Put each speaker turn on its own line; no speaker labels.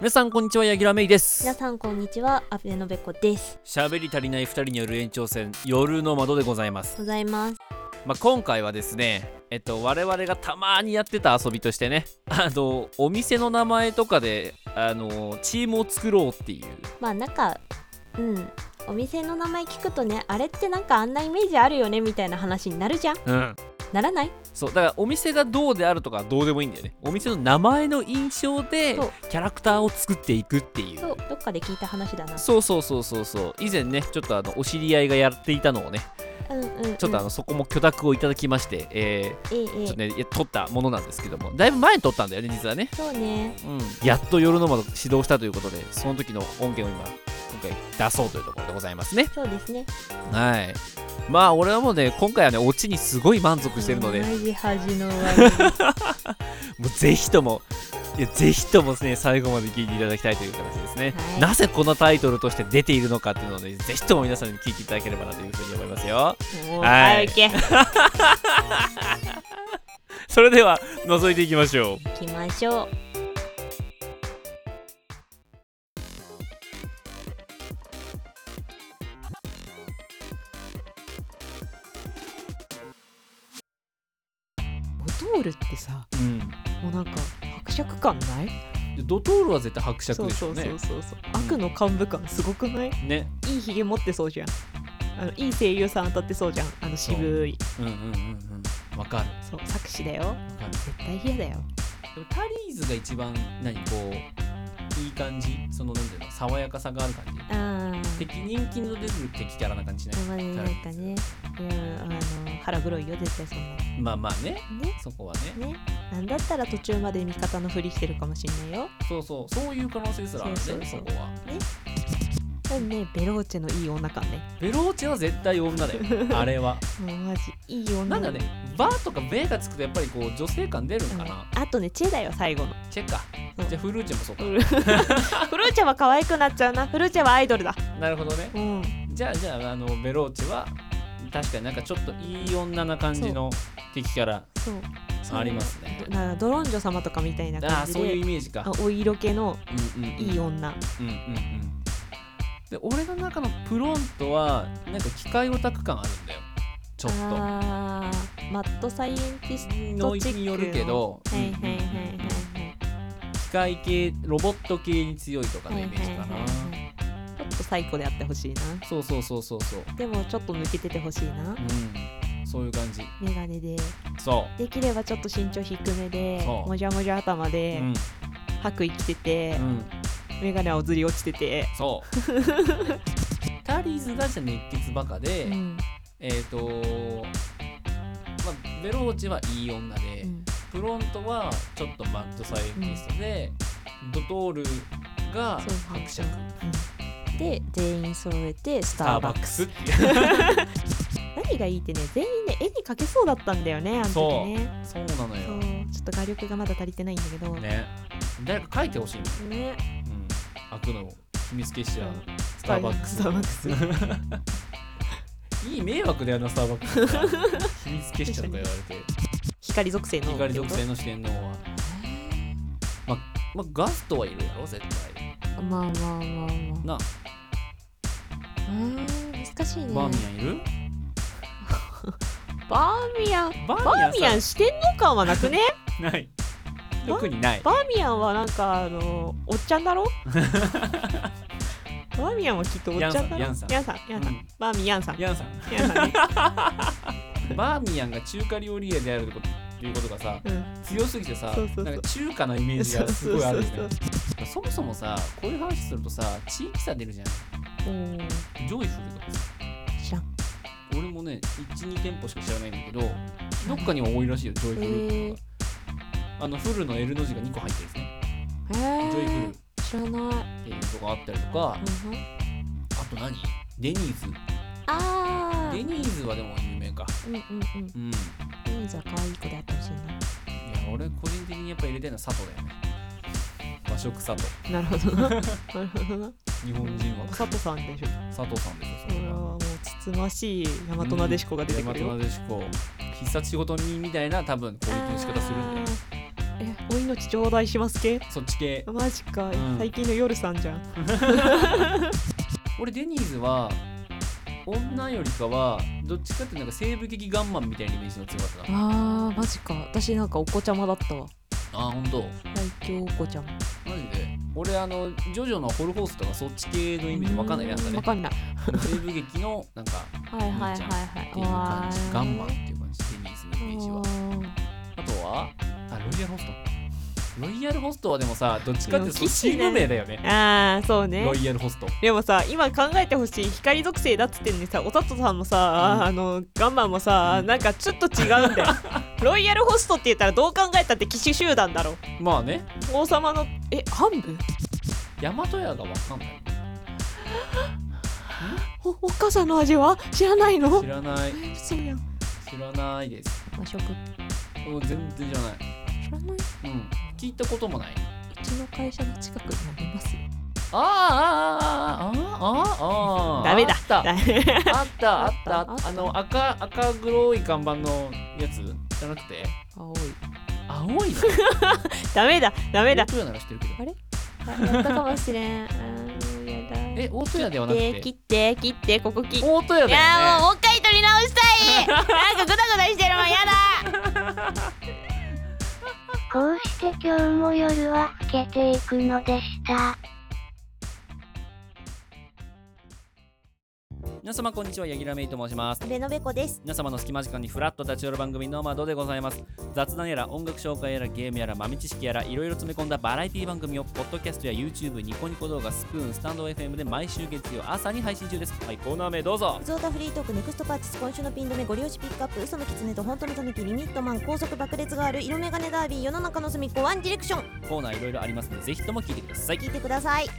皆さんこんにちは柳楽芽衣で
皆
す
さんこんにちは阿部のべこです
喋り足りない2人による延長戦夜の窓でございます、
ございます
まあ、今回はですねえっと我々がたまにやってた遊びとしてねあのお店の名前とかであのチームを作ろうっていう
まあなんかうんお店の名前聞くとねあれってなんかあんなイメージあるよねみたいな話になるじゃん
うん
ならない
そうだからお店がどうであるとかはどうでもいいんだよねお店の名前の印象で
そう
キャラクターを作っていくっていう
そうどっかで聞いた話だな
そうそうそうそうそう以前ねちょっとあのお知り合いがやっていたのをね
うんうん、うん、
ちょっとあのそこも許諾をいただきまして、え
ええええ
ー、ちょっとねいや撮ったものなんですけどもだいぶ前に撮ったんだよね実はね、
そうね
うん、やっと夜の窓始動したということでその時の音源を今今回出そうというところでございますね
そうですね
はいまあ俺はもうね今回はねオチにすごい満足してるのでも
同じ恥の悪いう
ぜひともいやぜひともね最後まで聞いていただきたいという形ですね、
はい
なぜこのタイトルとして出ているのかっていうのでぜひとも皆さんに聞いていただければなというふうに思いますよ
もう
はい
はい行け
それでは覗いていきましょう
行きましょう
ドトールってさ
うん
もうなんか伯爵感ない
でドトールは絶対伯爵
そう
でし
そ
ょ
う
うね
そうそうそう悪の幹部感すごくない
ね
いいひげ持ってそうじゃんあのいい声優さん当たってそうじゃんあの渋い
うんうんうんうんわかる
そう作詞だよ
わかる
絶対嫌だよ
でもタリーズが一番何こういい感じそのなんていうの爽やかさがある感じ
ああ
敵人気の出てる敵キャラな感じしな
まあねなんかねうんあの腹黒いよ絶対そんなの
いまあまあね
ね
そこはね
ねなんだったら途中まで味方のふりしてるかもしんないよ
そうそうそういう可能性すらあるねそ
そうそうそう
こは
でもねベローチェのいい女感ね
ベローチェは絶対女だ よあれは
もうマジいい女
なんだねバーとかベーがつくとやっぱりこう女性感出るん
うん
かな
あとねチェだよ最後の
チェッか
うん
じゃあフルーチェもそうか
フルフルーチェは可愛くなっちゃうなフルーチェはアイドルだ
なるほどね
うん
じゃあじゃああのベローチェは確かになんかちょっといい女な感じの敵キャラ
そうそう
ありますね。
なんかドロンジョ様とかみたいな
ああ
感
ー
じ
そういう
で
イメージか
あ。お色気の
うんうんうん
いい。女、
うんうんうん。で俺の中のプロントはなんか機械オタク感あるんだよ。ちょっと。
あーマッドサイエンティス
の域によるけど、
トはいはいはいはい
機械系ロボット系に強いとか
は
の
い
イメージ
は
かな。
いはいはい
ちょっと最高であってほしいな
そうそうそうそうそう。
でもちょっと抜けててほしいな
うん。そういう感じ。
メガネで
そ
できればちょっと身長低めで
そう
もじゃもじゃ頭
う。う
で、
ん
白衣着てて
う、ん。
メガネはおずり落ちてて、
そう。タリーズがじゃあ熱血バカで、
うん
えっ、とまあベローチはいい女で。
うん
フロントはちょっとマッドサイエンティストで、ドトールが
そうそう
伯爵
うんで全員揃えてス
ス
ターバックス
ターバッ
何がいいってね全員ね絵に描けそうだったんだよねあの時ね
クスそうなの
そう
よ、
ちょっと画力がまだ足りてないんだけど、
ね誰か書いてほしいもん、
ね
うん、悪の秘密結社
うん
スターバックス
スターバックス
いい迷惑だよなスターバックス秘密結社とか言われて
光属性の
光属性の四天王はままあガストはいるやろ絶対
まあまあまあまあ
な
うーん難しいね
バーミヤンいる
バーミヤン
バ
バーミヤ
ン
ン四天王感はなくね
さない特にない
バーミヤンはなんかあのおっちゃんだろバーミヤンはきっとおっちゃんだろ
ヤンさん
ヤンさんヤンさん
うん
バーミヤンさんヤ
ヤンさん
ンさんね
バーミヤンが中華料理屋であることっていうことがさ
うん
強すぎてさ
そうそうそう
なんか中華のイメージがすごいあるよね
そうそう
そもそもさこういう話するとさ地域差出るじゃん
おー
ジョイフルとかさ
知らん
俺もね12店舗しか知らないんだけどどっかには多いらしいよジョイフルっていうのが、あのフルの L の字が2個入ってるんですね
へ
ジョイフル
え
っ
知らない
ていうとこあったりとか
うんうん
あと何デニーズ
あ
デ
ー
ニーズはでも有名か
うんうんうん
うんい
デニーズは可愛い子であってほしいな
や俺個人的にやっぱ入れたいのは佐藤だよね和食佐藤
なるほどななるほどな
日本人は
佐藤さんでしょ
佐藤さんでしょ
それはもうつつましい大和なでしこが出てくるよ、
大和なでしこ必殺仕事人みたいな多分攻撃の仕方するんだよ
あえお命頂戴しますけ
そっち系
マジか、
うん
最近の夜さんじゃん
俺デニーズは女よりかはどっちかってなんか西部劇ガンマンみたいなイメージの強かったな
あーマジか私なんかお子ちゃまだったわ
あ本当。
最強お子ちゃま
マジで俺あのジョジョのホルホースとかそっち系のイメージわかんないやつだ
わ
ね
かんない
西部劇のなんか
はいはいはいはい
っていう感じガンマンっ
わ
ていう感じデニーズのイメージはあとはあロイヤルホストロイヤルホストはでもさどっちかっていうと
ロ
チ
キシね
ーム名だよね
あーそうね
ロイヤルホスト
でもさ今考えてほしい光属性だっつってんのにさおたとさんもさ、
うん
あのガンマンもさなんかちょっと違うん だよロイヤルホストって言ったらどう考えたって騎士集団だろ
まあね
王様のえ半分
大和屋がわかんない
おお母さんの味は知らないの
知らない
そうやん
知らないです
和食知
うん全然知らない
らないう
うん聞いたこともない
ちの会社の近くにありますよ
あーあーあーあーあーあーあー
ダメだ
あった
だ
あったあったあ
あ
っ
った
たあの赤赤黒い看板のやつじゃなくて
青い
青いの
ダメだダメだ
大戸屋なら知ってるけど
やったかもしれん。あーやだ
え大戸屋ではなく
で
て
切って切ってここ切って
大戸屋
い
だ
やー
よね
もうもう一回撮り直した いなんかグダグダしてるもんやだ
こうして今日も夜は更けていくのでした。
皆様こんにちはヤギラメイと申します
ベノベコです
皆様の隙間時間にフラッと立ち寄る番組の窓でございます雑談やら音楽紹介やらゲームやら豆知識やらいろいろ詰め込んだバラエティ番組をポッドキャストや YouTube ニコニコ動画スプーンスタンド FM で毎週月曜朝に配信中ですはいコーナー名どうぞ
ゾータフリートークネクストパーチス今週のピン止めご利用しピックアップ嘘の狐と本当の狸リミットマン高速爆裂がある色眼鏡ダービー世の中の隅っこワンディレクション
コーナーいろいろありますのでぜひとも聞いてください
聞いてください